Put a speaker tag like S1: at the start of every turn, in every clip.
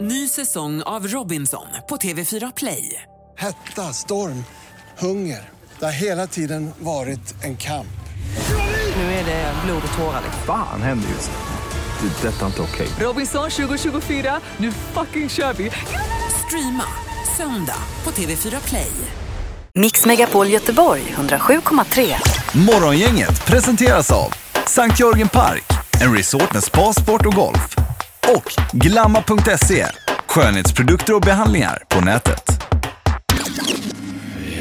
S1: Ny säsong av Robinson på TV4 Play.
S2: Hetta, storm, hunger. Det har hela tiden varit en kamp.
S1: Nu är det blod och tårar.
S3: Fan händer just nu. Det. är Detta är inte okej.
S1: Robinson 2024, nu fucking kör vi! Streama söndag på TV4 Play.
S4: Mix Megapol Göteborg 107,3.
S5: Morgongänget presenteras av Sankt Jörgen Park, en resort med spa, sport och golf. Och Glamma.se, skönhetsprodukter och behandlingar på nätet.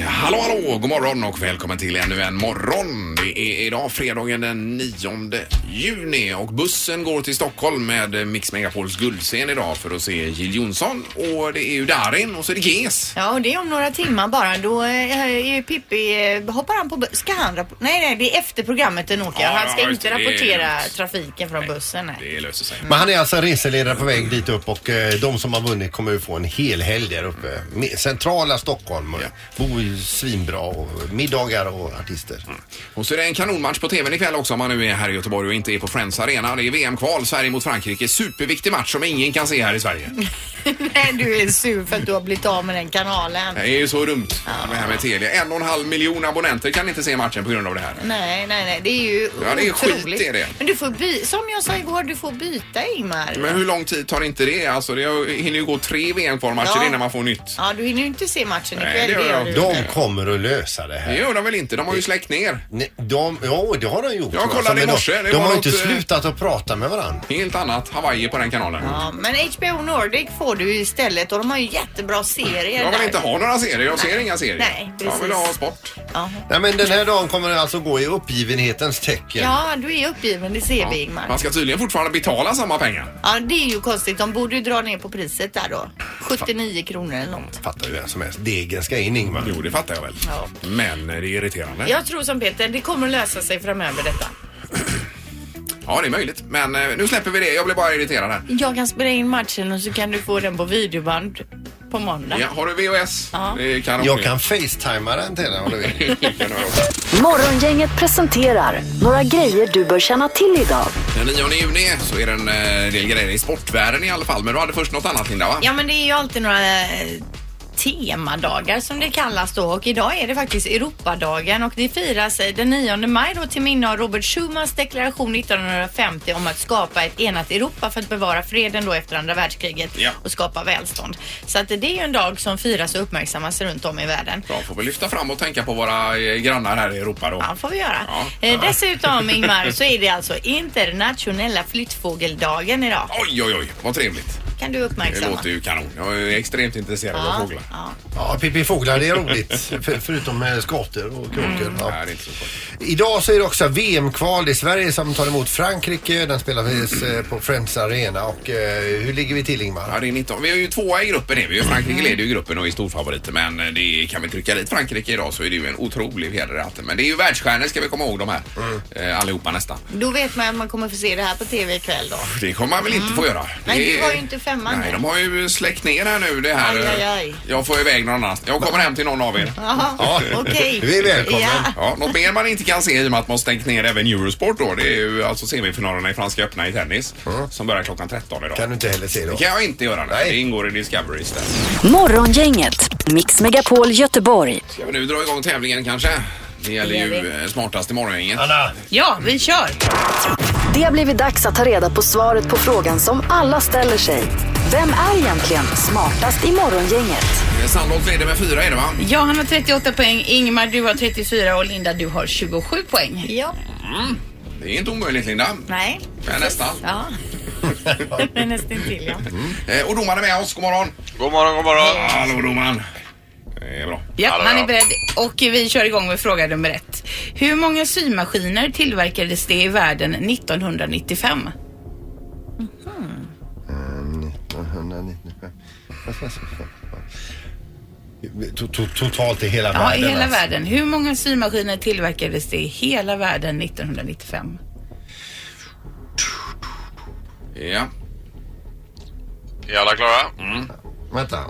S6: Hallå, hallå, god morgon och välkommen till ännu en morgon. Det är idag fredagen den 9 juni och bussen går till Stockholm med Mix Megapols guldscen idag för att se Jill Johnson och det är ju Darin och så är det GES.
S7: Ja, och det är om några timmar bara. Då eh, är ju Pippi, eh, hoppar han på bu- Ska han rapp- Nej, nej, det är efter programmet den åker.
S6: Ja,
S7: han ska
S6: ja, just
S7: inte
S6: det, det är
S7: rapportera
S6: lugnt.
S7: trafiken från bussen. Nej.
S6: Det löser sig.
S8: Men han är alltså en reseledare på väg dit upp och eh, de som har vunnit kommer ju få en hel helg där uppe. Me- Centrala Stockholm. och Bo ju svinbra och middagar och artister.
S6: Och så är det en kanonmatch på TVn ikväll också om man nu är här i Göteborg och inte är på Friends Arena. Det är VM-kval, Sverige mot Frankrike. Superviktig match som ingen kan se här i Sverige.
S7: nej, du är sur för att du har blivit av med den kanalen.
S6: Det är ju så dumt det här med Telia. En och en halv miljon abonnenter kan inte se matchen på grund av det här.
S7: Nej, nej, nej. Det är ju
S6: Ja, det är skit,
S7: otroligt.
S6: det är det.
S7: Men du får by- som jag sa igår, du får byta Ingmar.
S6: Men hur lång tid tar inte det? Alltså det hinner ju gå tre VM-kvalmatcher
S7: Ja.
S6: innan man får nytt.
S7: Ja, du hinner ju inte se matchen
S6: Nej,
S7: ikväll.
S6: det gör jag.
S7: du.
S8: De kommer att lösa det
S6: Det
S8: här.
S6: gör de väl inte? De har ju släckt ner.
S8: Nej, De, ja, det har de gjort. Alltså,
S6: Jag kollade
S8: Men
S6: i morse, det
S8: De, de
S6: var
S8: har ju
S6: något,
S8: inte
S6: eh,
S8: slutat att prata med varandra.
S6: Helt annat Hawaii på den kanalen.
S7: Ja, men HBO Nordic får du istället och de har ju jättebra serier
S6: Jag vill
S7: där.
S6: inte ha några serier. Jag ser inga serier.
S7: Nej,
S6: Jag vill
S7: precis.
S6: ha sport.
S7: Ja.
S8: Nej, men den här dagen kommer alltså gå i uppgivenhetens tecken.
S7: ja, du är uppgiven. Det ser vi Ingmar.
S6: Man ska tydligen fortfarande betala samma pengar.
S7: Ja, det är ju konstigt. De borde ju dra ner på priset där då. 79 kronor eller något.
S8: Fattar ju vem som helst. Degen ska in Ingmar.
S6: Jo, det fattar jag väl. Men det är irriterande. Ja.
S7: Jag tror som Peter, det kommer att lösa sig framöver detta.
S6: det är möjligt. Men eh, nu släpper vi det. Jag blir bara irriterad här.
S7: Jag kan spela in matchen och så kan du få den på videoband på måndag.
S6: Ja, har du VHS?
S7: Ja.
S6: Det kan
S8: Jag kan facetima den till dig om du vill.
S4: Morgongänget presenterar några grejer du bör känna till idag.
S6: Den 9 juni så är det en eh, del grejer i sportvärlden i alla fall. Men du hade först något annat Linda va?
S7: Ja, men det är ju alltid några eh, temadagar som det kallas då och idag är det faktiskt Europadagen och det firas eh, den 9 maj då till minne av Robert Schumans deklaration 1950 om att skapa ett enat Europa för att bevara freden då efter andra världskriget
S6: Ja.
S7: och skapa välstånd. Så att det är ju en dag som firas och uppmärksammas runt om i världen.
S6: Bra, får vi lyfta fram och tänka på våra eh, grannar här i Europa då.
S7: Ja, får vi göra.
S6: Ja.
S7: Eh, Dessutom Ingmar så är det alltså internationella flyttfågeldagen idag.
S6: Oj, oj, oj, vad trevligt.
S7: Kan du
S6: Det
S7: uppmärksamma?
S6: låter ju kanon. Jag är extremt intresserad av fåglar.
S7: ja.
S8: Ja, Pippi Fåglar, det är roligt. För, förutom eh, skator och kråkor. Ja.
S6: Mm. Nej, det är inte så farligt.
S8: Idag så är det också VM-kval i Sverige som tar emot Frankrike. Den spelas eh, på Friends Arena. Och eh, hur ligger vi till
S6: Ja,
S8: Ingmar?
S6: det är 19. Vi är ju tvåa i gruppen. Är vi. ju.
S7: Mm.
S6: Frankrike leder ju gruppen och är storfavoriter. Men eh, det kan vi trycka dit Frankrike idag så är det ju en otrolig fjäder i hatten. Men det är ju världsstjärnor ska vi komma ihåg de här.
S7: Mm.
S6: Eh, allihopa nästan.
S7: Då vet man att man kommer få se det här på TV ikväll då.
S6: Det kommer man väl inte få göra.
S7: Mm. Nej,
S6: Det-
S7: du var ju inte femman.
S6: Nej, de har ju släckt ner här nu det här.
S7: Aj, aj,
S6: eh,
S7: aj.
S6: Jag får iväg någon annanstans. Jag kommer hem till någon av er.
S7: Jaha, okej.
S8: Du är välkommen.
S7: Ja.
S6: Ja, något mer man inte kan se i och med att man har stängt ner även Eurosport då. Det är ju alltså semifinalerna i Franska öppna i tennis som börjar klockan 13 idag.
S8: Kan du inte heller se då?
S6: Det kan jag inte göra. Nej.
S8: Nej.
S6: Det ingår i Discovery istället.
S4: Morgongänget, Mix Megapol Göteborg.
S6: Ska vi nu dra igång tävlingen kanske? Det gäller
S7: Det gör
S6: ju
S7: vi.
S6: eh, smartast i morgongänget.
S8: Anna!
S7: ja, vi kör.
S4: Det har blivit dags att ta reda på svaret på frågan som alla ställer sig. Vem är egentligen smartast i Morgongänget?
S6: Eh, Sandholt leder med fyra är det va?
S9: Ja, han har 38 poäng. Ingmar, du har 34 och Linda, du har 27 poäng.
S7: Ja.
S6: Det är inte omöjligt Linda.
S7: Nej.
S6: Men nästan.
S7: Ja. Nästan till ja.
S6: Eh, Och domaren är med oss. God morgon.
S10: God morgon, god morgon.
S6: Hallå domaren. Det är bra.
S9: Ja,
S10: Hallå,
S9: han
S10: ja.
S9: är beredd och vi kör igång med fråga nummer ett. Hur många symaskiner tillverkades det i världen 1995?
S8: 1995. To- to- Totalt i hela
S9: Ja,
S8: världen.
S9: i hela
S8: alltså.
S9: världen. Hur många symaskiner tillverkades det i hela världen 1995?
S6: Ja.
S10: Är alla klara?
S8: Vänta.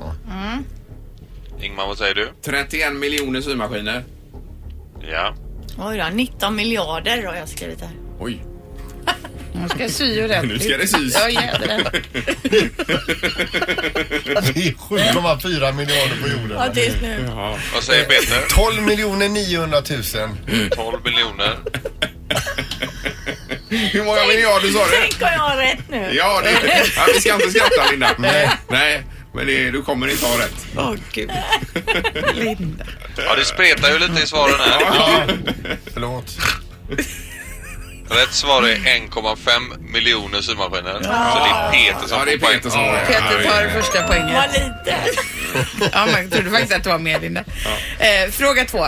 S10: Ingmar, vad säger du?
S6: 31 miljoner symaskiner.
S10: Ja.
S7: Oj då, 19 miljarder har jag skrivit här.
S6: Oj.
S9: Nu ska sy
S6: Nu ska det sys.
S9: Ja, jädrar.
S8: Det är 7,4 miljarder på jorden.
S7: Ja, tills nu.
S10: Vad säger Peter?
S8: 12 miljoner 900 000.
S10: 12 miljoner.
S6: Hur många miljarder sa du?
S7: Tänk om jag har rätt nu.
S6: Ja, det, ja, vi ska inte skratta Linda. Nej. Nej, men det, du kommer inte ha rätt.
S1: Åh gud. Linda.
S10: Ja, det spretar ju lite i svaren här.
S8: Ja. Förlåt.
S10: Rätt svar är 1,5 miljoner symaskiner. Så det är Peter som
S6: Ja, det
S10: får
S6: är
S10: poäng.
S6: Peter som har rätt.
S9: Peter
S6: Ja,
S9: tar
S6: det-
S9: första poängen.
S7: Vad lite.
S9: Ja, man trodde faktiskt att det var med Linda. Eh, fråga två.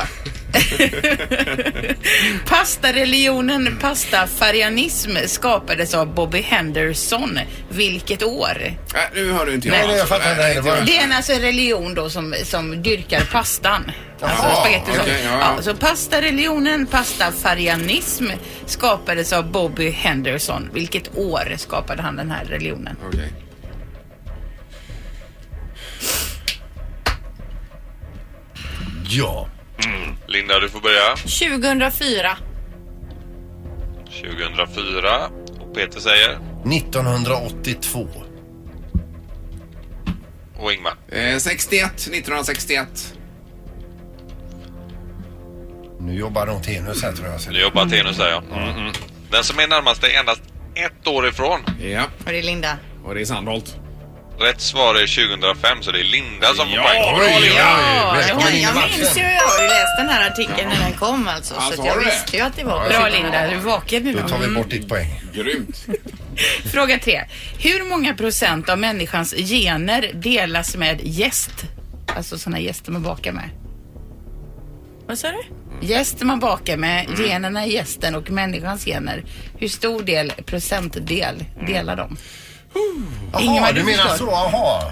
S9: Pastareligionen pastafarianism skapades av Bobby Henderson. Vilket år?
S6: Nej, nu hör du inte jag.
S8: Nej, nej, jag fattar inte. Det var-
S9: Det är en alltså religion då som, som dyrkar pastan. Alltså
S6: Jaha,
S9: spagetti. och så.
S6: okej, ja, ja.
S9: ja, så pastareligionen pastafarianism skapades av Bobby Henderson. Vilket år skapade han den här religionen?
S6: Okej.
S8: Ja.
S10: Linda, du får börja.
S7: 2004.
S10: 2004. Och Peter säger.
S8: 1982.
S10: Och Ingmar.
S6: Eh, 61, 1961.
S8: Nu jobbar de Tenus här tror jag.
S10: Nu jobbar Tenus säger jag. Mm, mm. Den som är närmast är endast ett år ifrån.
S6: Ja,
S7: Och det är Linda.
S6: och det är Sandholt.
S10: Rätt svar är 2005 så det är Linda som får poäng.
S7: Ja,
S8: Välkommen
S7: jag,
S8: in i
S7: jag minns ju.
S8: matchen.
S7: Jag har ju läst den här artikeln när den kom alltså.
S6: Alltså,
S7: så att jag
S6: har du det?
S7: visste ju att det var
S9: Bra Linda, du är vaken nu. Mm.
S8: Då tar vi bort ditt poäng.
S6: Grymt.
S9: Fråga tre. Hur många procent av människans gener delas med gäst? Alltså sådana gäster man bakar med.
S7: Vad sa du?
S9: Gäst man bakar med,
S7: Mm.
S9: generna i gästen och människans gener. Hur stor del, procentdel,
S7: Mm.
S9: delar de?
S8: Jaha,
S9: Ingemar,
S8: du
S9: du
S8: menar
S9: förstår.
S8: så? Jaha.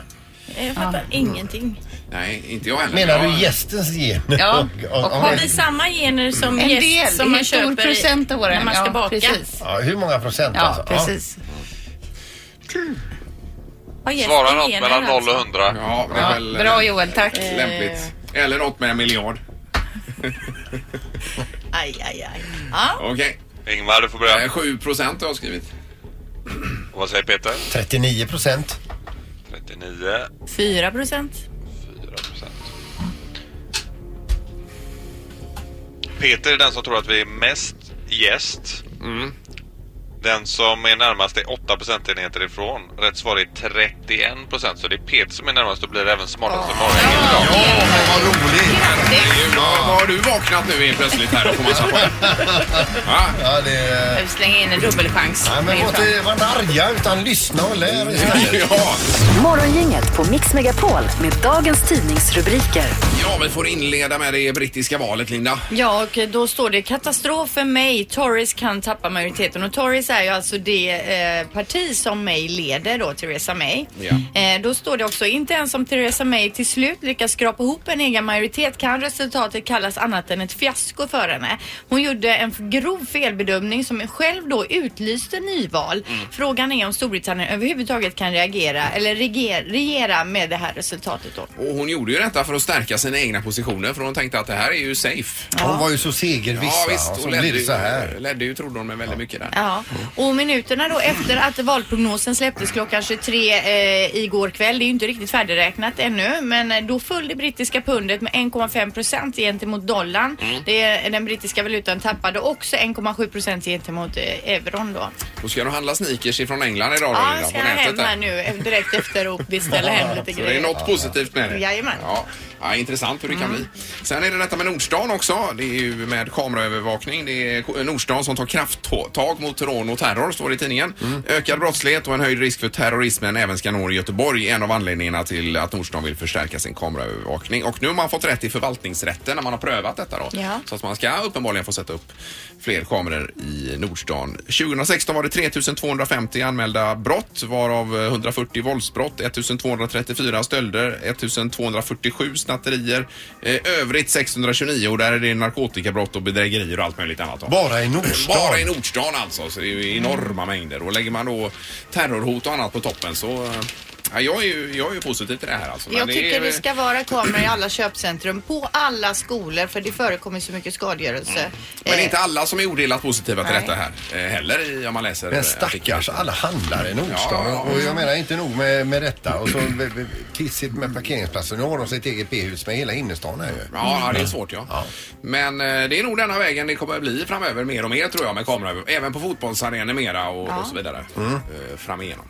S7: Jag fattar ingenting.
S6: Nej, inte jag heller.
S8: Menar du
S6: Jag-
S8: gästens gen?
S9: Ja.
S8: Och-
S7: Har
S8: och-
S7: vi samma gener som
S9: En
S7: gäst
S9: del,
S7: som man
S9: hur stor
S7: köper i-
S9: procent av våra
S7: när man ska
S9: ja,
S7: baka?
S9: Precis.
S8: Ja, hur många procent
S9: Ja,
S8: alltså?
S9: precis.
S7: Har gästen
S10: Svara något
S7: gener
S10: mellan 0
S7: alltså?
S10: och 100.
S6: Ja, det är
S9: Ja,
S6: väl eh,
S9: bra Joel, tack.
S6: lämpligt. Eller något med en miljard.
S7: Aj, aj, aj. Ja,
S6: Okej.
S10: Ingmar, du får
S6: Eh,
S10: börja.
S6: 7 procent har jag skrivit.
S10: Och vad säger Peter?
S8: 39 procent.
S10: 39.
S7: 4 procent.
S10: 4 procent. Peter är den som tror att vi är mest gäst. Den som är närmast är 8 procentenheter ifrån. Rätt svar är 31 procent. Så det är Peter som är närmast och blir även smartast i morgon.
S8: Ja, men vad roligt!
S6: Ja. Har du vaknat nu helt plötsligt här och får massa poäng? Ja,
S8: Ja, det...
S9: Jag vill
S7: Eh.
S9: slänga in en dubbelchans.
S8: Nej, men var inte var inte arga utan lyssna och lär istället.
S6: ja.
S4: Morgongänget på Mix Megapol med dagens tidningsrubriker.
S6: ja, vi får inleda med det brittiska valet, Linda.
S7: Ja, och då står det katastrof för mig. Tories kan tappa majoriteten och Tories är ju alltså det eh, parti som May leder då, Theresa May.
S6: Ja.
S7: Eh, då står det också, inte ens om Theresa May till slut lyckas skrapa ihop en egen majoritet kan resultatet kallas annat än ett fiasko för henne. Hon gjorde en grov felbedömning som själv då utlyste nyval. Frågan är om Storbritannien överhuvudtaget kan reagera eller reger, regera med det här resultatet då.
S6: Och hon gjorde ju detta för att stärka sina egna positioner för hon tänkte att det här är ju safe.
S8: Hon var ju så segerviss
S6: Ja,
S8: va?
S6: visst.
S8: och så
S6: Och
S8: blir
S6: ledde,
S8: det
S6: ju-
S8: så här.
S6: ledde ju, trodde hon, med väldigt mycket där.
S7: Ja, och minuterna då efter att valprognosen släpptes klockan 23 eh, igår kväll, det är ju inte riktigt färdigräknat ännu, men eh, då föll det brittiska pundet med 1,5 procent gentemot dollarn.
S6: Mm.
S7: Det, eh, den brittiska valutan tappade också 1,7 procent gentemot eh, euron då.
S6: Då ska du handla sneakers ifrån England idag då,
S7: Ja,
S6: Linda,
S7: jag ska
S6: på nätet
S7: hem
S6: där.
S7: här nu eh, direkt efter och beställa hem lite
S6: Så det är
S7: grejer.
S6: något positivt med det.
S7: Jajamän. Mm.
S6: Ja, ja, intressant hur det kan bli. Sen är det detta med Nordstan också. Det är ju med kameraövervakning. Det är K- Nordstan som tar krafttag mot rån och terror, står det i tidningen.
S7: Mm.
S6: Ökad brottslighet och en höjd risk för terrorismen även ska nå Göteborg. är En av anledningarna till att Nordstan vill förstärka sin kameraövervakning. Och nu har man fått rätt i förvaltningsrätten när man har prövat detta då.
S7: Ja.
S6: Så att man ska uppenbarligen få sätta upp fler kameror i Nordstan. 2016 var det 3250 anmälda brott varav 140 våldsbrott, 1234 stölder, 1247 snatterier, eh, övrigt 629 och där är det narkotikabrott och bedrägerier och allt möjligt annat. då.
S8: Bara i Nordstan.
S6: Bara i Nordstan alltså, så det är ju enorma mängder. Och lägger man då terrorhot och annat på toppen så eh, Ja, jag, är ju, jag är ju positiv till det här alltså. Men
S7: Jag
S6: det
S7: tycker
S6: är,
S7: det ska vara kameror i alla köpcentrum, på alla skolor, för det förekommer så mycket skadegörelse.
S6: Mm. Men det är
S7: Eh,
S6: inte alla som är odelat positiva till
S7: Nej.
S6: detta här eh, heller i- om man läser. eh,
S8: Men stackars
S6: artikeln.
S8: alla handlare i Nordstan.
S6: Ja, ja.
S8: Och jag menar inte nog med, med detta. Och så b- b- pissigt med parkeringsplatser. Nu har de sitt eget p-hus med hela innerstan här ju.
S6: Ja, ja, det är svårt ja.
S8: Ja.
S6: Men eh, det är nog denna vägen det kommer att bli framöver mer och mer tror jag med kameror. Även på fotbollsarenor mera och, och så vidare.
S8: Mm.
S6: Eh, Fram igenom.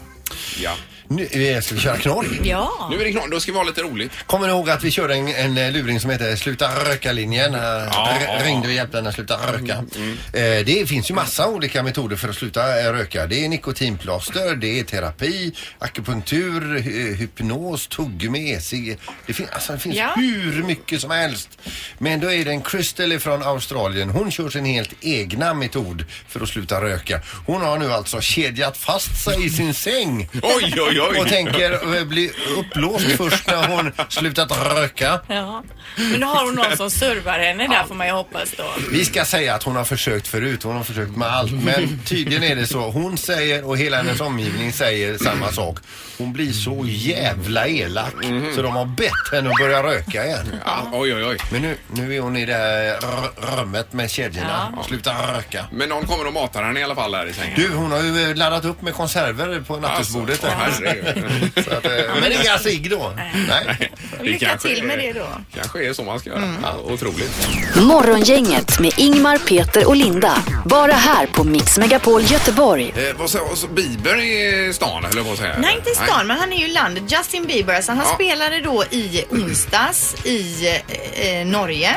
S6: Ja.
S8: Nu, eh, ska vi köra knoll?
S7: Ja.
S6: Nu är det klart, då ska vi vara lite roligt.
S8: Kommer ni ihåg att vi körde en, en eh, luring som heter Sluta röka-linjen? Eh, r-
S6: ja, ja.
S8: Ringde och hjälpte henne att sluta röka. Eh, det finns ju massa olika metoder för att sluta eh, röka. Det är nikotinplåster, det är terapi, akupunktur, hy- hypnos, tuggummi, e-cigg. Det, fin- alltså, det finns
S7: Ja.
S8: hur mycket som helst. Men då är det en Crystal från Australien. Hon kör sin helt egna metod för att sluta röka. Hon har nu alltså kedjat fast sig i sin säng
S6: Oj, oj, oj!
S8: och tänker eh, bli upplåst först när hon slutat röka.
S7: Ja. Men då har hon någon som servar henne där får man ju hoppas då.
S8: Vi ska säga att hon har försökt förut, hon har försökt med allt. Men tydligen är det så. Hon säger och hela hennes omgivning säger samma sak. Hon blir så jävla elak så de har bett henne att börja röka igen.
S6: Ja, oj, oj, oj.
S8: Men nu, nu är hon i det här r- rummet med kedjorna. Sluta röka.
S6: Men någon kommer och matar henne i alla fall där i sängen.
S8: Du, hon har ju eh, laddat upp med konserver på nattduksbordet.
S6: Alltså, åh, herregud.
S8: Så att, eh, men inga cigg då. Nej.
S6: Det
S7: Lycka
S6: kanske
S7: till med det
S6: är-
S7: då. Mm.
S6: kanske är så man ska göra. Ja, otroligt.
S4: Morgongänget med Ingmar, Peter och Linda. Bara här på Mix Megapol Göteborg.
S6: Eh, vad sa så Bieber i stan, eller vad säger jag?
S7: Nej, inte i stan, men han är ju i landet. Justin Bieber, alltså han
S6: Ja.
S7: spelade då i onsdags i eh, Norge.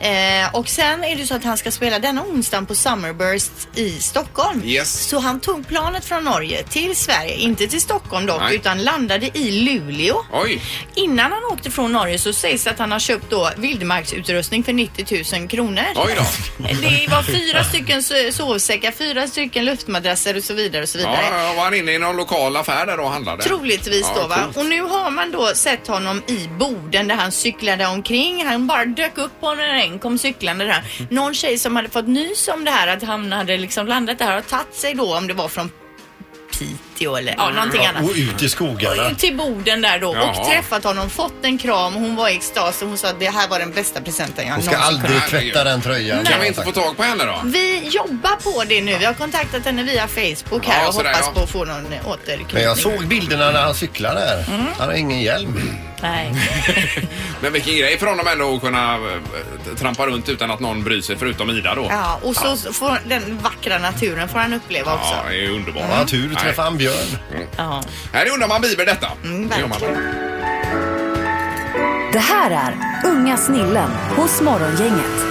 S6: Mm.
S7: Eh, och sen är det så att han ska spela denna onsdagen på Summerburst i Stockholm.
S6: Yes.
S7: Så han tog planet från Norge till Sverige, inte till Stockholm dock,
S6: Nej.
S7: utan landade i Luleå.
S6: Oj!
S7: Innan han åkte från Norge så sägs att han har köpt då vildmarksutrustning för 90 000 kronor.
S6: Oj då!
S7: Det var fyra stycken so- sovsäckar, fyra stycken luftmadrasser och så vidare och så
S6: Ja,
S7: vidare.
S6: ja, var han inne i någon lokal affär där och handlade?
S7: Troligtvis
S6: Ja,
S7: då va.
S6: coolt.
S7: Och nu har man då sett honom i Boden där han cyklade omkring. Han bara dök upp på när en kom cyklande där. Någon tjej som hade fått nys om det här att han hade liksom landat där och tagit sig då om det var från Piteå eller ja, någonting annat.
S8: Och ut i skogarna.
S7: Till Boden där då
S6: Jaha.
S7: och träffat honom, fått en kram. Hon var i extas och hon sa att det här var den bästa presenten jag
S8: Hon ska
S7: någonsin
S8: aldrig
S6: kunna-
S8: tvätta den tröjan.
S6: Kan vi inte få tag på henne då?
S7: Vi jobbar på det nu. Vi har kontaktat henne via Facebook här
S6: Ja,
S7: och
S6: sådär,
S7: hoppas
S6: ja.
S7: på att få någon eh, återknytning.
S8: Men jag såg bilderna när han cyklar där.
S6: Mm.
S8: Han har ingen hjälm.
S7: Nej.
S6: Men vilken grej för honom ändå att kunna eh, trampa runt utan att någon bryr sig, förutom Ida då.
S7: Ja, och så så får den vackra naturen får han uppleva också.
S6: Ja, det är ju underbart.
S8: Han har tur att
S6: Nej.
S8: träffa en björn.
S7: Ja.
S6: Nej, det undrar man Bieber detta.
S7: Mm,
S6: Det gör man.
S4: Det här är Unga snillen hos Morgongänget.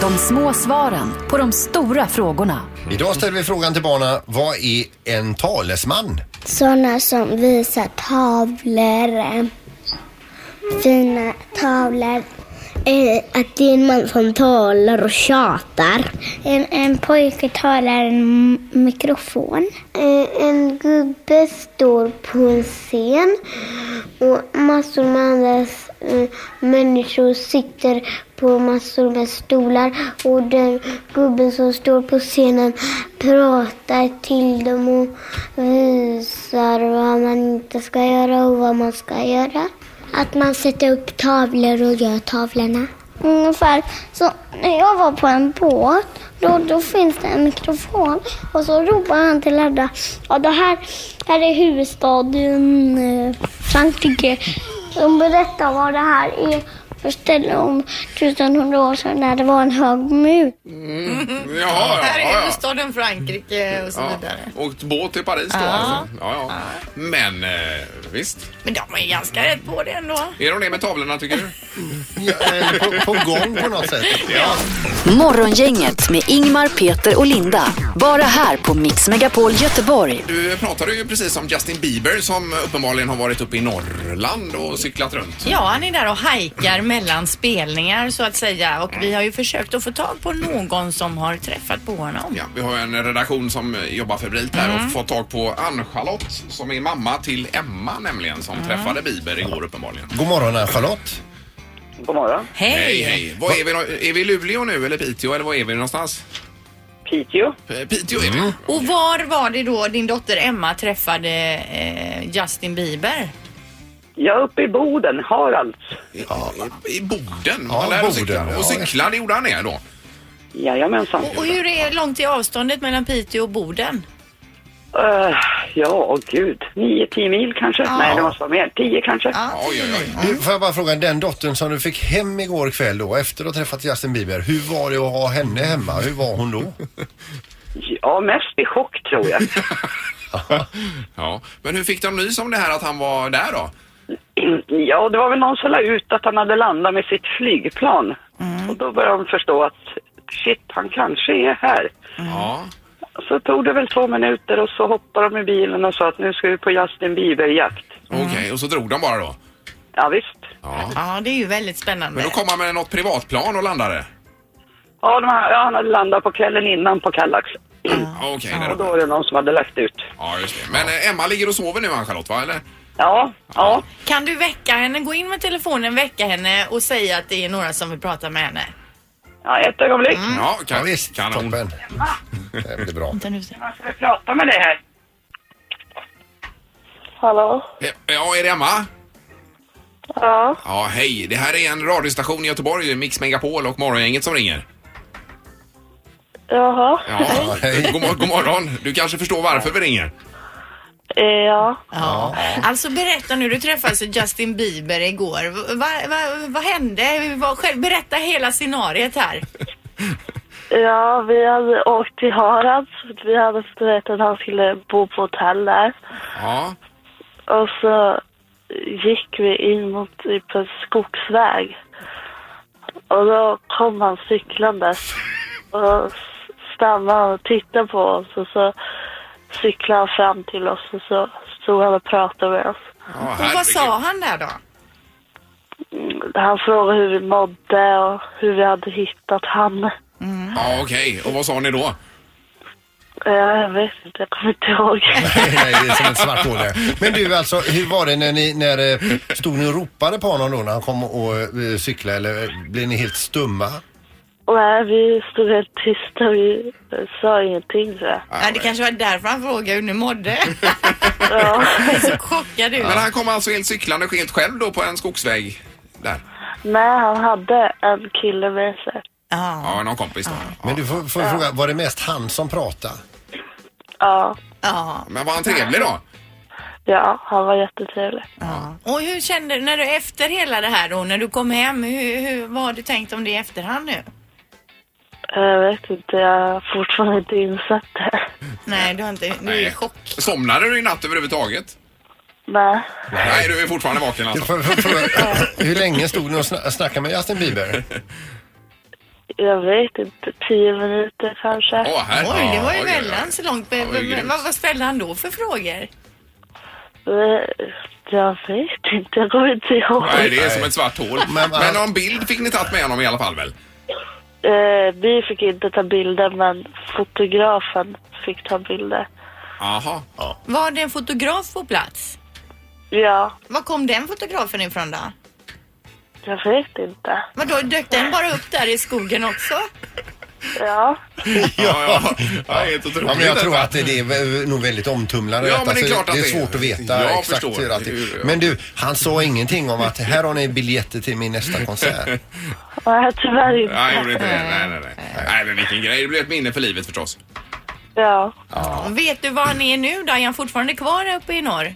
S4: De små svaren på de stora frågorna.
S8: Idag ställer vi frågan till barnen. Vad är en talesman?
S11: Sådana som visar tavlor. eh, Fina tavlor. Eh, Att det är en man som talar och tjatar. En, en pojke talar i en mikrofon. Eh, En gubbe står på en scen och massor med andra eh, människor sitter på massor med stolar och den gubben som står på scenen pratar till dem och visar vad man inte ska göra och vad man ska göra. Att man sätter upp tavlor och gör tavlorna. Ungefär så när jag var på en båt då, då finns det en mikrofon och så ropar han till alla. Ja, det här, här är huvudstaden eh, Frankrike. De berättar vad det här är för ställe om 1100 år sedan när det var en hög mur.
S6: Jaha, ja,
S7: Här
S6: ja,
S7: är
S6: ja.
S7: huvudstaden Frankrike och så vidare.
S6: Ja, åkt båt till Paris då alltså. Ja, ja. Men eh, visst.
S7: Men de är ganska rätt på det ändå.
S6: Är de det med tavlorna tycker du?
S8: Ja, eller på, på gång på något sätt.
S4: Morgongänget med Ingmar, Peter och Linda. Bara här på Mix Megapol Göteborg.
S6: Du pratade ju precis om Justin Bieber som uppenbarligen har varit uppe i Norrland och cyklat runt.
S7: Ja, han är där och hajkar mellan spelningar så att säga och vi har ju försökt att få tag på någon som har träffat på honom.
S6: Ja, vi har ju en redaktion som eh, jobbar febrilt här
S12: Mm.
S6: och fått tag på Ann-Charlotte som är mamma till Emma nämligen
S12: Mm.
S6: som träffade Bieber igår uppenbarligen.
S8: God morgon eh, Ann-Charlotte.
S7: Hej!
S6: Hej, hej. Var är, vi, nå- är vi i Luleå nu eller Piteå eller var är vi någonstans?
S12: Piteå.
S6: Eh, Piteå är
S12: Mm.
S6: vi.
S7: Och var var det då din dotter Emma träffade eh, Justin Bieber?
S12: Jag är uppe i Boden, Haralds.
S6: Ja. I Boden?
S12: Ja,
S6: Han lärde
S12: Boden,
S6: cykla.
S12: ja,
S6: Och cyklar, det gjorde han är då?
S12: Jajamensan.
S7: Och hur är långt är avståndet mellan Piteå och Boden?
S12: Eh, ja, åh gud. Nio, tio mil kanske? Nej, det måste vara mer. Tio kanske?
S8: Du,
S6: Mm.
S8: får jag bara fråga, den dottern som du fick hem igår kväll då efter att ha träffat Justin Bieber, hur var det att ha henne hemma? Hur var hon då?
S12: Ja, mest i chock tror jag.
S6: Ja. Men hur fick de nys om det här att han var där då?
S12: Ja, det var väl någon som la ut att han hade landat med sitt flygplan. Och då började de förstå att shit, han kanske är här.
S6: Ja.
S12: Så tog det väl två minuter och så hoppade de i bilen och sa att nu ska vi på Justin Bieber-jakt.
S6: Okej, och så drog de bara då?
S12: Ja, visst.
S6: Ja.
S7: Ja, det är ju väldigt spännande.
S6: Men då kom han med något privatplan och landade?
S12: Ja, de här, ja, han hade landat på kvällen innan på Kallax.
S6: Ja, Okej,
S12: Och då var det någon som hade lagt ut.
S6: ja, just det. Men eh, Emma ligger och sover nu Ann-Charlotte va, eller?
S12: Ja, ja.
S7: Kan du väcka henne? Gå in med telefonen, väcka henne och säga att det är några som vill prata med henne.
S12: Ja, ett ögonblick.
S7: Mm.
S6: Ja, kan, ja, visst. kan hon.
S8: Toppen. Det blir bra.
S7: Vänta nu.
S12: Jag ska prata med dig här. Hallå?
S6: Ja, är det Emma?
S12: Ja.
S6: Ja, hej. Det här är en radiostation i Göteborg, Mix Megapol och Morgongänget som ringer.
S12: Jaha.
S6: Ja, god, mor- god morgon. Du kanske förstår varför vi ringer?
S13: Eh,
S12: Ja.
S7: Ja. Alltså berätta nu, du träffade alltså Justin Bieber igår. V- va- va- vad hände? Vad- själv- Berätta hela scenariet här.
S13: Ja, vi hade åkt till Harads. Vi hade fått veta att han skulle bo på hotell där.
S6: Ja.
S13: Och så gick vi in mot typ en skogsväg. Och då kom han cyklandes. Och då s- stannade han och tittade på oss. Och så cyklade han fram till oss och så stod han och pratade med oss.
S7: Och vad sa han där då?
S13: Mm, Han frågade hur vi mådde och hur vi hade hittat han.
S6: Ja, okej. Och vad sa ni då?
S13: Eh, Jag vet inte, jag kommer inte ihåg.
S8: Nej, det är som ett svart hål där. Men du alltså, hur var det när ni, när, eh, stod ni och ropade på honom då när han kom och eh, cyklade eller eh, blev ni helt stumma?
S13: Nej, eh, vi stod helt tysta. Vi eh, sa ingenting tror jag.
S7: Ja, det kanske var därför han frågade hur ni mådde. Så chockad ut.
S6: Men han kom alltså helt cyklande helt själv då på en skogsväg där?
S13: Nej, han hade en kille med sig.
S6: Ja, någon kompis då.
S8: Men du får, får jag fråga, var det mest han som pratade?
S13: Ja.
S7: Ja.
S6: Men var han trevlig då?
S13: Ja, han var jättetrevlig.
S7: Och hur kände du när du efter hela det här då, när du kom hem, hur, hur, vad har du tänkt om det i efterhand nu?
S13: Jag vet inte, jag har fortfarande inte insett det.
S7: Nej, du har inte, du är i chock.
S6: Somnade du i natt överhuvudtaget?
S13: Nej.
S6: Nej, du är fortfarande vaken
S8: Du
S6: alltså.
S8: får, får, fråga, hur länge stod ni och sna- snackade med Justin Bieber?
S13: Jag vet inte, tio minuter kanske.
S6: Åh,
S7: Oj, det var ju väldigt så långt. Men-
S13: det är
S7: men-
S13: grymt.
S7: Vad, vad ställde han då för frågor?
S13: Eh, Jag vet inte, jag kommer inte ihåg.
S6: Nej, det är som ett svart hål. Men,
S8: äh,
S6: någon bild fick ni tagit med honom i alla fall väl?
S13: Eh, Vi fick inte ta bilder, men fotografen fick ta bilder.
S6: Aha.
S7: Var det en fotograf på plats?
S13: Ja.
S7: Var kom den fotografen ifrån då?
S13: Jag vet inte.
S7: Vadå, dök den bara upp där i skogen också?
S13: Ja.
S6: Ja, ja. ja helt otroligt.
S8: Ja, men jag tror att det är eh, nog väldigt omtumlande.
S6: Ja,
S8: detta,
S6: men det är
S8: så
S6: klart att
S8: det är
S6: det är.
S8: svårt att veta
S6: Jag
S8: exakt
S6: förstår.
S8: hur allt
S6: Hur, ja.
S8: är. Men du, han sa ingenting om att här har ni biljetter till min nästa konsert.
S13: Nej, tyvärr inte.
S6: Nej, gjorde inte det. Nej, nej, nej. Nej, men vilken grej. Det blev ett minne för livet förstås.
S13: Ja.
S7: Och Vet du var han är nu då? Är han fortfarande kvar där uppe i norr?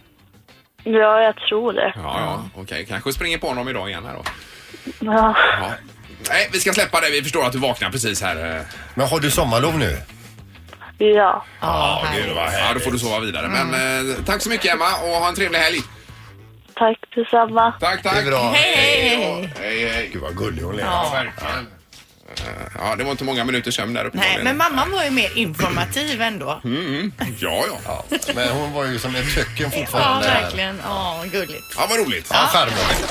S13: Ja, jag tror det.
S6: Ja, ja. Okej, kanske springer på honom idag igen här då.
S13: Ja.
S6: Ja. Nej, vi ska släppa det. Vi förstår att du vaknar precis här. eh.
S8: Men har du sommarlov nu?
S13: Ja.
S6: Ja, gud vad härligt. Ja, då får du sova vidare.
S8: Mm.
S6: Men eh, tack så mycket Emma och ha en trevlig helg.
S13: Tack detsamma.
S6: Tack, tack.
S8: Det är bra.
S7: Hej, hej, hej.
S6: Hej, hej.
S8: Gud vad gullig hon lät.
S6: Ja, verkligen. Eh, Ja, det var inte många minuter sömn där uppe.
S7: Nej, men mamman var ju mer informativ ändå.
S6: Mm, ja, ja.
S8: Ja, men hon var ju som ett
S7: Ja,
S8: töcken fortfarande.
S7: verkligen. Ja, gulligt.
S6: Ja, vad roligt.
S8: Ja, charmigt.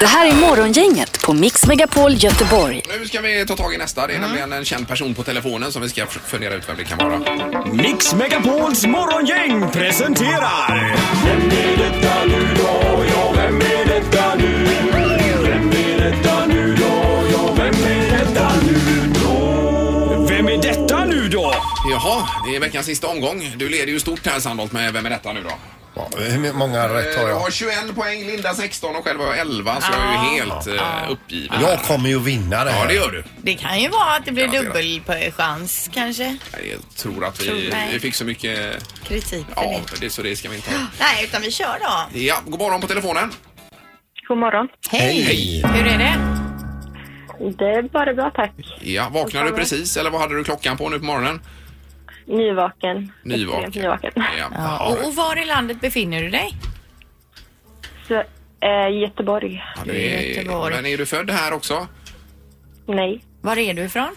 S4: Det här är Morgongänget på Mix Megapol Göteborg.
S6: Nu ska vi ta tag i nästa. Det är
S7: Mm.
S6: nämligen en känd person på telefonen som vi ska f- fundera ut vem det kan vara.
S14: Mix Megapols morgongäng presenterar... Vem är detta nu då? Ja, vem är detta nu? Vem är detta nu då? Ja, vem är detta nu då? Vem är detta nu då?
S6: Ja, det är veckans sista omgång. Du leder ju stort här Sandholt med Vem är detta nu då?
S8: Hur många rätt har
S6: Eh, Du
S8: jag?
S6: har 21 poäng, Linda 16 och själv har jag 11 så jag
S7: Ah.
S6: är ju helt eh, uppgiven.
S8: Jag kommer ju vinna det här.
S6: Ja, det gör du.
S7: Det kan ju vara att det blir dubbelchans kanske.
S6: Jag tror att
S7: Tror
S6: vi,
S7: nej.
S6: vi fick så mycket
S7: Kritik för det.
S6: av det så det ska vi inte ha.
S7: Nej, utan vi kör då.
S6: Ja, god morgon på telefonen.
S15: God morgon.
S6: Hej! Hej.
S7: Hur är det?
S15: Det är bara bra tack.
S6: Ja, vaknade du precis eller vad hade du klockan på nu på morgonen?
S15: Nyvaken.
S6: Nyvaken.
S15: Extremt Nyvaken.
S6: Ja.
S7: Och, och var i landet befinner du dig?
S15: Så, eh, Göteborg.
S6: Ja, det är-
S7: Göteborg.
S6: Men är du född här också?
S15: Nej.
S7: Var är du ifrån?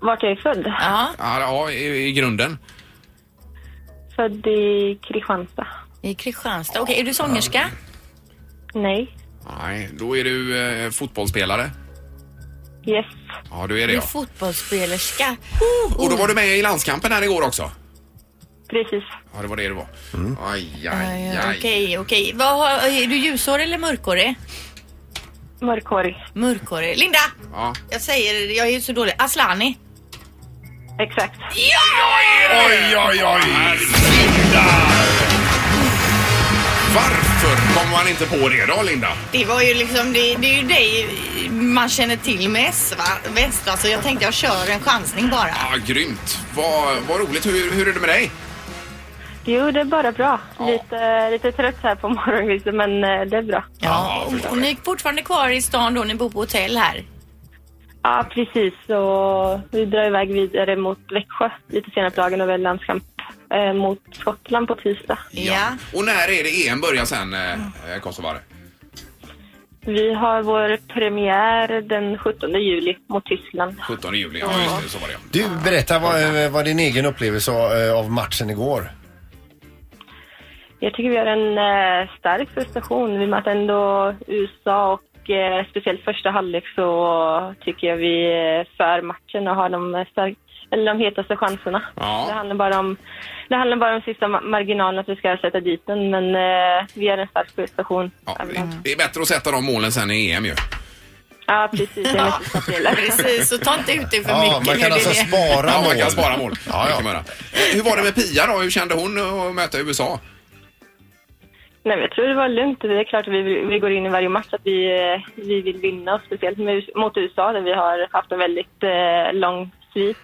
S15: Vart jag är född?
S7: Ja.
S6: Ja, ja i, i grunden.
S15: Född i Kristianstad.
S7: I Kristianstad. Okej, är du sångerska?
S15: Nej.
S6: Nej, då är du eh, fotbollsspelare.
S15: Yes.
S6: Ja, du är det
S7: Du är
S6: ja.
S7: fotbollsspelerska.
S6: Och då var du med i landskampen här igår också?
S15: Precis.
S6: Ja, det var det du var. Aj, aj,
S7: Eh,
S6: aj.
S7: Okej, okej. Vad har- Är du ljushårig eller mörkhårig?
S15: Mörkhårig.
S7: Mörkhårig. Linda!
S6: Ja.
S7: Jag säger, jag är ju så dålig. Aslani.
S15: Exakt.
S6: Oj, oj, oj! Varför kom man inte på det då, Linda?
S7: Det var ju liksom, det, det är ju dig man känner till mest va? Väst, alltså jag tänkte jag kör en chansning bara.
S6: Ja, grymt. Vad, vad roligt. Hur, hur är det med dig?
S15: Jo, det är bara bra. Lite, lite trött här på morgonkvisten, men eh, det är bra.
S7: Ja, och, och ni är fortfarande kvar i stan då, ni bor på hotell här.
S15: Ja, precis. Så vi drar iväg vidare mot Växjö lite senare på dagen och väl landskamp eh, mot Skottland på tisdag.
S7: Ja.
S6: Och när är det EM börjar sen, eh, eh, Kosovare?
S15: Vi har vår premiär den 17 juli mot Tyskland.
S6: 17 juli, ja just det, så var det.
S8: Du, berätta vad, vad din egen upplevelse eh, av matchen igår.
S15: Jag tycker vi har en eh, stark prestation. Vi möter ändå USA och eh, speciellt första halvlek så tycker jag vi eh, för matchen och har de, stark, eller de hetaste chanserna.
S6: Ja.
S15: Det, handlar bara om, det handlar bara om sista ma- marginalen att vi ska sätta dit den, men eh, vi har en stark prestation. Ja,
S6: Det är bättre att sätta de målen sen i EM ju.
S15: ja precis. Det är nästa april.
S7: Precis, så ta inte ut det för
S6: Ja,
S7: mycket
S6: man
S7: nu.
S6: kan
S7: det är
S6: alltså
S7: det.
S6: spara Ja, man mål. kan spara mål. Det kan man göra. Eh, Hur var det med Pia då? Hur kände hon att möta USA?
S15: Nej, men jag tror det var lugnt. Det är klart att vi, vi går in i varje match att vi, eh, vi vill vinna, och speciellt med, mot USA där vi har haft en väldigt eh, lång svit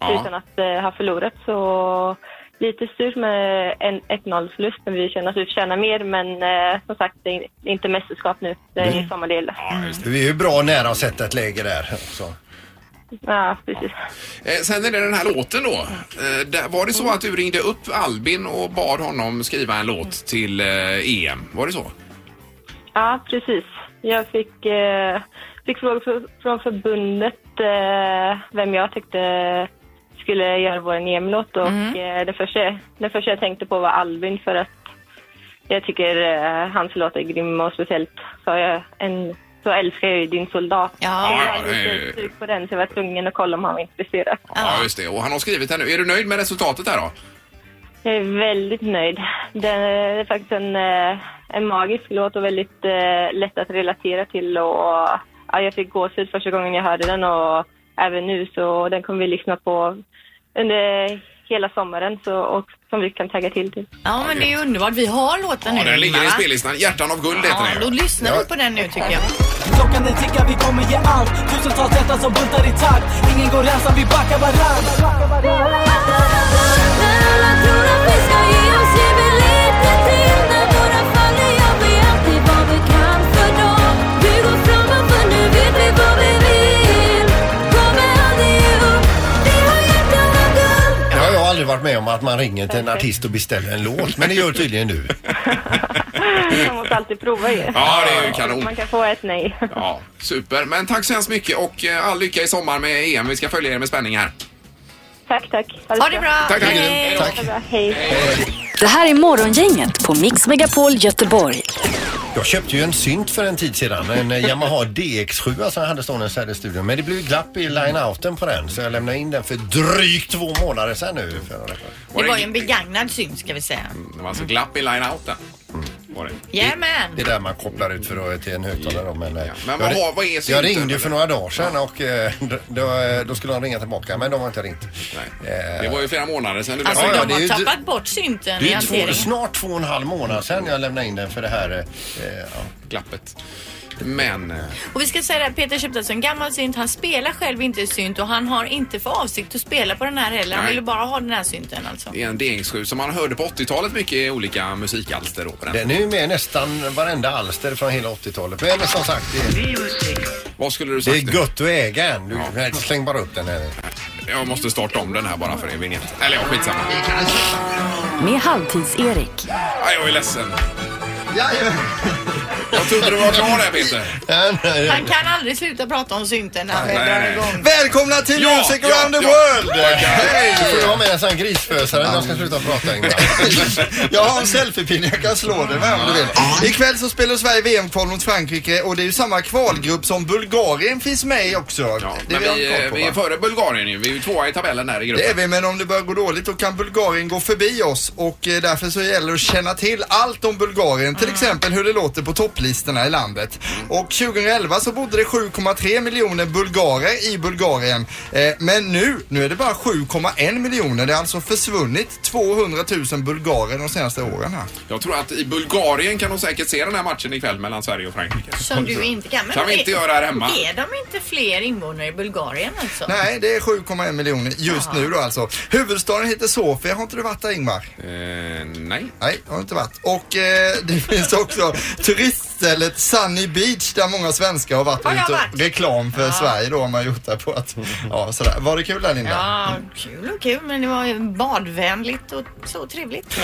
S6: Ja.
S15: utan att eh, ha förlorat. Så lite surt med en 1-0-förlust, men vi känner att vi förtjänar mer. Men eh, som sagt, det är inte mästerskap nu. Det är
S8: Mm.
S15: mm. sommardel.
S8: Vi är ju bra nära att sätta ett läge där också.
S15: Ja, precis.
S6: Eh, Sen är det den här låten då. Eh, där- Var det så att du ringde upp Albin och bad honom skriva en låt till eh, EM? Var det så?
S15: Ja, precis. Jag fick, eh, fick frågor för, från förbundet eh, vem jag tyckte skulle göra vår EM-låt och
S6: Mm.
S15: eh, det, första, det första jag tänkte på var Albin för att jag tycker eh, hans låt är grym och speciellt så, har jag en, så älskar jag ju Din soldat.
S6: Ja,
S15: jag
S6: ja,
S15: var
S6: det är
S15: lite
S6: ju-
S15: sug på den så jag var tvungen att kolla om han var intresserad.
S6: Ja, just det. Och han har skrivit den nu. Är du nöjd med resultatet där då?
S15: Jag är väldigt nöjd. Det är faktiskt en, eh, en magisk låt och väldigt eh, lätt att relatera till. Och, ja, jag fick gåshud första gången jag hörde den och även nu så den kommer vi lyssna på under hela sommaren så, och som vi kan tagga till till.
S7: Ja, men det är ju underbart. Vi har låten nu.
S6: Ja, den ligger i
S7: va?
S6: spellistan. Hjärtan av guld heter
S7: Ja,
S6: den
S7: då
S6: ju.
S7: lyssnar vi på den nu tycker jag.
S16: Klockan den tickar, vi kommer ge allt Tusentals hjärtan som bultar i takt Ingen går ensam, vi backar varann
S8: Det har jag aldrig varit med om att man ringer till en artist och beställer en låt, men det gör tydligen du.
S15: Man måste alltid prova ju.
S6: Ja, det är ju kanon.
S15: Man kan få ett nej.
S6: Ja, super. Men tack så hemskt mycket och eh, all lycka i sommar med EM. Vi ska följa er med spänning här.
S15: Tack, tack.
S7: Ha det bra.
S6: Tack, tack.
S7: Hej.
S6: Tack.
S4: Det här är Morgongänget på Mix Megapol Göteborg.
S8: Jag köpte ju en synt för en tid sedan, en eh, Yamaha DX7 som jag hade stående här i studion. Men det blev glapp i line-outen på den så jag lämnade in den för drygt två månader sedan nu.
S7: Det var ju en begagnad synt ska vi säga. Mm.
S6: Det var alltså glapp i line-outen. var det.
S7: Jajamän.
S8: Det är där man kopplar ut för att, till en högtalare. då, Men, eh,
S6: Men vad
S8: jag ri-
S6: har- vad är
S8: jag
S6: synten,
S8: ringde
S6: eller?
S8: ju för några dagar sedan och eh, då, eh, då skulle de ringa tillbaka men de har inte ringt. Eh,
S6: Det var ju flera månader sedan du
S7: Alltså
S8: Ja, ja,
S7: de har
S8: det är ju-
S7: tappat bort synten
S8: det
S7: i
S8: är ju två,
S7: hanteringen.
S8: snart två och en halv månad sedan jag lämnade in den för det här. eh, Eh, ja.
S6: Glappet. Men... eh,
S7: Och vi ska säga det, här, Peter köpte alltså en gammal synt. Han spelar själv inte synt och han har inte för avsikt att spela på den här heller. Han
S6: Nej.
S7: ville bara ha den här synten alltså.
S6: Det är en DX7 som man hörde på 80-talet mycket i olika musikalster. Då, på den.
S8: Den är ju med nästan varenda alster från hela 80-talet. Men som sagt, det är,
S6: Vad skulle du
S8: det
S6: sagt
S8: är gött att äga en. Du, Släng bara upp den här.
S6: nu? Jag måste starta om den här bara för er vignett. Eller ja, skitsamma.
S4: Med Halvtids-Erik.
S6: Nej, jag är ledsen. Jag trodde du var klar där Peter.
S7: Han kan aldrig sluta prata om synten när han väl
S6: Nej,
S7: drar
S6: nej.
S7: igång.
S8: Välkomna till
S6: Ja,
S8: Music
S6: ja,
S8: around the
S6: ja.
S8: world!
S6: Tackar.
S8: Hej! Du får ju ha med en sån här grisfösare när jag ska sluta prata Ingmar.
S17: Jag har en selfiepinne, jag kan slå dig med om du vill. Ikväll så spelar Sverige VM-kval mot Frankrike och det är ju samma kvalgrupp som Bulgarien finns med i också. det
S6: Men
S17: har
S6: vi,
S17: koll på,
S6: vi
S17: va?
S6: är före Bulgarien ju. Vi är ju tvåa i tabellen där i
S17: Det är
S6: gruppen.
S17: vi, men om det börjar gå dåligt då kan Bulgarien gå förbi oss och eh, därför så gäller det att känna till allt om Bulgarien, till exempel hur det låter på topplistorna i landet. Och 2011 så bodde det 7,3 miljoner bulgarer i Bulgarien. Eh, Men nu, nu är det bara 7,1 miljoner. Det har alltså försvunnit 200 000 bulgarer de senaste åren här.
S6: Jag tror att i Bulgarien kan de säkert se den här matchen ikväll mellan Sverige och Frankrike.
S7: Som du inte kan.
S6: Kan vi inte göra här hemma?
S7: Är de inte fler invånare i Bulgarien alltså?
S17: Nej, det är 7,1 miljoner just nu då alltså. Huvudstaden heter Sofia. Har inte du varit där Ingmar?
S6: Eh, nej.
S17: Nej, har inte varit. Och eh, det finns också turiststället Sunny Beach där många svenskar har varit och
S7: Har jag
S17: gjort
S7: varit?
S17: reklam för Sverige då har man gjort det på att, ja sådär. Var det kul där Linda?
S7: Ja, kul och kul men det var ju badvänligt och så trevligt.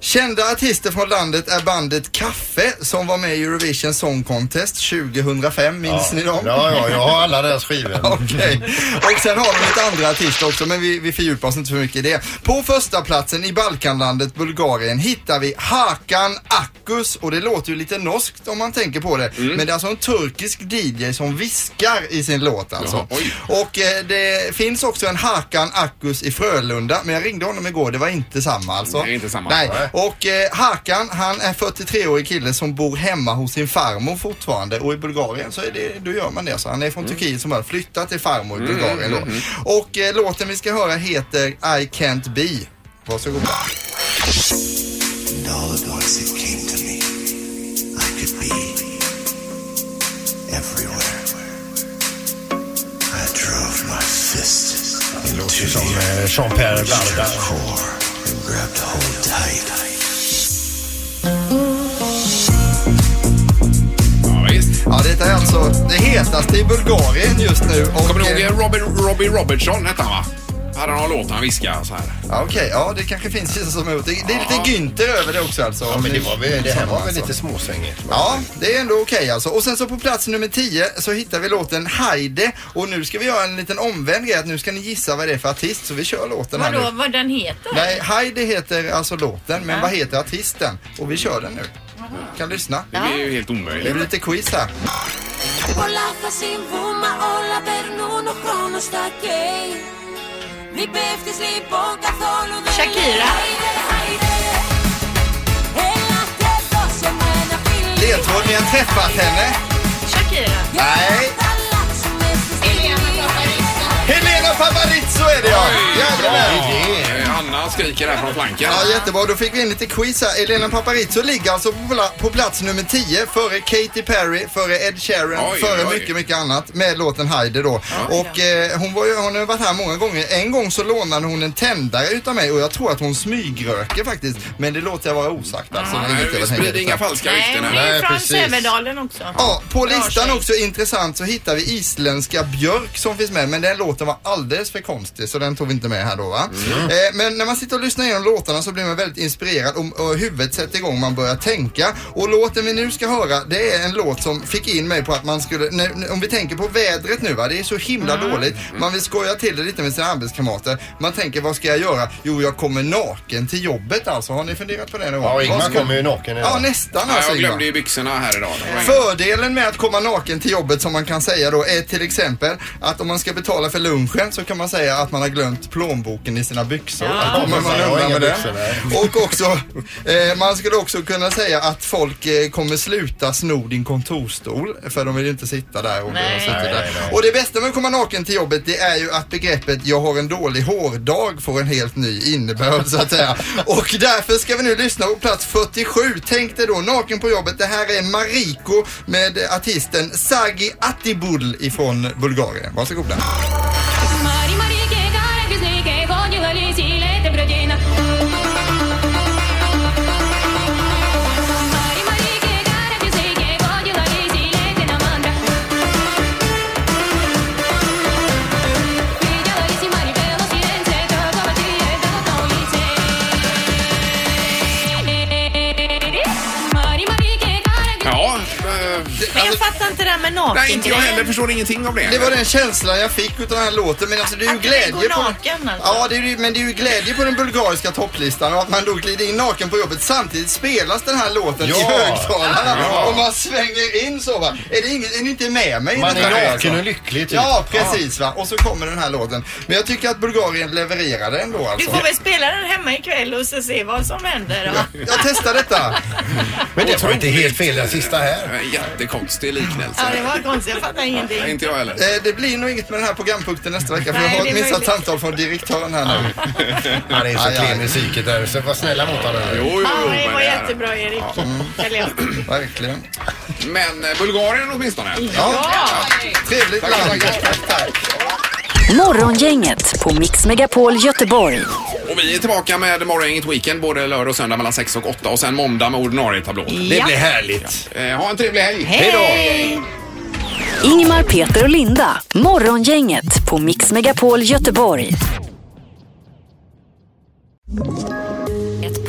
S17: Kända artister från landet är bandet Kaffe som var med i Eurovision Song Contest 2005. Minns
S8: Ja.
S17: ni dem?
S8: Ja, ja, jag har alla deras skivor.
S17: Okej. Och sen har de lite andra artister också men vi, vi fördjupar oss inte för mycket i det. På första platsen i Balkanlandet Bulgarien hittar vi Hakan Akkus och det låter ju lite norskt om man tänker på det. Men det är alltså en turkisk DJ som viskar i sin låt alltså.
S6: Jaha, oj.
S17: Och eh, det finns också en Hakan Akkus i Frölunda men jag ringde honom igår, det var inte samma alltså.
S6: Det är inte samma.
S17: Nej.
S6: Nej.
S17: Och eh, Hakan, han är 43-årig kille som bor hemma hos sin farmor fortfarande och i Bulgarien så är det, då gör man det. Så han är från Turkiet som har flyttat till farmor i
S6: Mm,
S17: Bulgarien då.
S6: mm, mm.
S17: Och eh, låten vi ska höra heter I Can't Be. Varsågoda.
S18: And all at once it came to me. I could be everywhere. I drove my fist into
S8: Som eh, Jean-Pierre Barda.
S18: and grabbed hold tight.
S17: Ja, detta är alltså det hetaste i Bulgarien just nu. Och,
S6: Kommer du
S17: eh,
S6: ihåg Robin, Robbie Robertson hette han va? Hade han någon låt han viskade så här?
S17: Ja, Okej, ja det kanske finns vissa som har gjort det. Det är lite Günther över det också alltså.
S8: Ja, men det var väl, det här var väl
S17: Alltså.
S8: lite småsvängigt.
S17: Ja, det är ändå okej alltså. Och sen så på plats nummer 10 så hittar vi låten Heide och nu ska vi göra en liten omvänd grej att nu ska ni gissa vad det är för artist så vi kör låten här
S7: Vadå,
S17: nu.
S7: vad den heter?
S17: Nej, Heide heter alltså låten men
S7: Ja.
S17: vad heter artisten? Och vi kör den nu. Kan lyssna.
S6: Det blir ju helt omöjligt.
S17: Det blir lite quiz här.
S14: Πολλά θα συμβούμε, όλα περνούν, ο χρόνος τα καίει Μην πέφτεις λοιπόν καθόλου δεν
S7: Shakira.
S14: λέει, «Χάιντε, χάιντε». Έλα και δώσε με ένα φιλί
S17: Ledtråd, ni har träffat henne.
S7: Shakira.
S17: Nej.
S14: Θα αλλάξουμε στη στιγμή
S17: Helena Favarizzo är det ja! Jajamän.
S6: Eh, Anna skriker här från flanken.
S17: Ja, jättebra. Då fick vi in lite quiz här. Elena Paparizou ligger alltså på, pla- på plats nummer 10 före Katy Perry, före Ed Sheeran,
S6: Oj,
S17: före
S6: oj.
S17: mycket, mycket annat med låten Heide då. Och eh, hon, var ju, hon har ju varit här många gånger. En gång så lånade hon en tändare utav mig och jag tror att hon smygröker faktiskt. Men det låter jag vara osagt alltså.
S6: Ja,
S17: Det är
S6: nej,
S17: lite
S6: vi
S17: vad
S6: sprider
S17: hänger
S6: inga
S17: utan.
S6: falska
S7: Nej, men det är ju från Sävedalen också.
S17: Ja, på
S7: Bra
S17: listan
S7: tjej.
S17: också intressant så hittar vi isländska Björk som finns med men den låten var alldeles för konstig så den tog vi inte med här då va.
S8: Mm.
S17: Eh, men när man sitter och lyssnar igenom låtarna så blir man väldigt inspirerad och, och huvudet sätter igång, man börjar tänka. Och låten vi nu ska höra det är en låt som fick in mig på att man skulle, när, när- om vi tänker på vädret nu va, det är så himla
S6: Mm.
S17: dåligt. Man vill skoja till det lite med sina arbetskamrater. Man tänker vad ska jag göra? Jo jag kommer naken till jobbet alltså. Har ni funderat på det någon gång?
S8: Ja, Ingmar
S17: Vad ska-
S8: kommer ju naken idag.
S17: Ja nästan
S6: Ja,
S17: alltså
S6: jag
S17: Ingmar.
S6: glömde ju byxorna här idag. Det var inget.
S17: Fördelen med att komma naken till jobbet som man kan säga då är till exempel att om man ska betala för lunchen så kan man säga att man har glömt plånboken i sina byxor.
S7: Ja.
S17: Att komma om
S8: bussar,
S17: man
S8: jag har
S17: undrar
S8: inga
S17: med det.
S8: byxor,
S17: Och också, eh, man skulle också kunna säga att folk eh, kommer sluta sno din kontorstol för de vill ju inte sitta där. Och,
S8: Nej.
S17: de sitter
S8: Nej,
S17: där.
S8: nej, nej.
S17: och det bästa med att komma naken till jobbet det är ju att begreppet jag har en dålig hårdag får en helt ny innebörd så att säga. Och därför ska vi nu lyssna på plats 47. Tänk dig då naken på jobbet. Det här är Mariko med artisten Sagi Atibul ifrån Bulgarien. Varsågoda.
S14: Мари, Мари, кей, кара, кисни, кей, ходила ли силе, ты бродина. Мари, Мари, кей, кара, кисни, кей, ходила ли силе, ты на мандра. Видела ли си, Мари, пела сиренце, такого ты, этого на улице. Мари, Мари, кей, кара, кисни,
S6: Ja,
S7: Men jag fattar inte det alltså- här med naken.
S17: Nej, inte jag heller.
S6: förstår ingenting av det.
S17: Det var den känslan jag fick utav den här låten. Men alltså det är ju glädje
S7: går
S17: på...
S7: naken, alltså.
S17: Ja, det är, ju- men det är ju glädje på den bulgariska topplistan och att man då glider in naken på jobbet. Samtidigt spelas den här låten i
S8: Ja.
S17: högtalarna
S8: Ja.
S17: och man svänger in så va. Är, det ingen, är ni inte med mig? i
S8: Man
S17: det
S8: är
S17: här,
S8: naken
S17: alltså?
S8: och lycklig, typ.
S17: Ja, precis va. Och så kommer den här låten. Men jag tycker att Bulgarien levererade ändå
S7: Du
S17: alltså.
S7: får väl spela den hemma ikväll och så se vad som händer. då.
S17: Jag testar detta.
S8: Men det var inte helt fel den sista här.
S6: Jättekonstig liknelse.
S7: Ja, det var konstigt. Jag fattar ingenting.
S6: Inte jag heller.
S17: Eh, Det blir nog inget med den här programpunkten nästa vecka för
S7: Nej,
S17: jag har
S7: det är
S17: ett missat
S7: möjligt.
S17: samtal från direktören här nu.
S8: Han är så
S17: Aj, aj.
S8: klen i psyket där, så var snälla mot honom.
S7: Ja, det var jättebra Erik. Eller ja.
S17: Verkligen.
S6: Men eh, Bulgarien åtminstone.
S7: Ja.
S17: Trevligt land.
S4: Morgongänget på Mix Megapol Göteborg.
S6: Och vi är tillbaka med Morgongänget Weekend både lördag och söndag mellan 6 och 8 och sen måndag med ordinarie tablå.
S4: Det blir
S6: härligt. Eh, ha en trevlig helg.
S4: Ingmar, Peter och Linda. Morgongänget på Mix Megapol Göteborg.
S19: Ett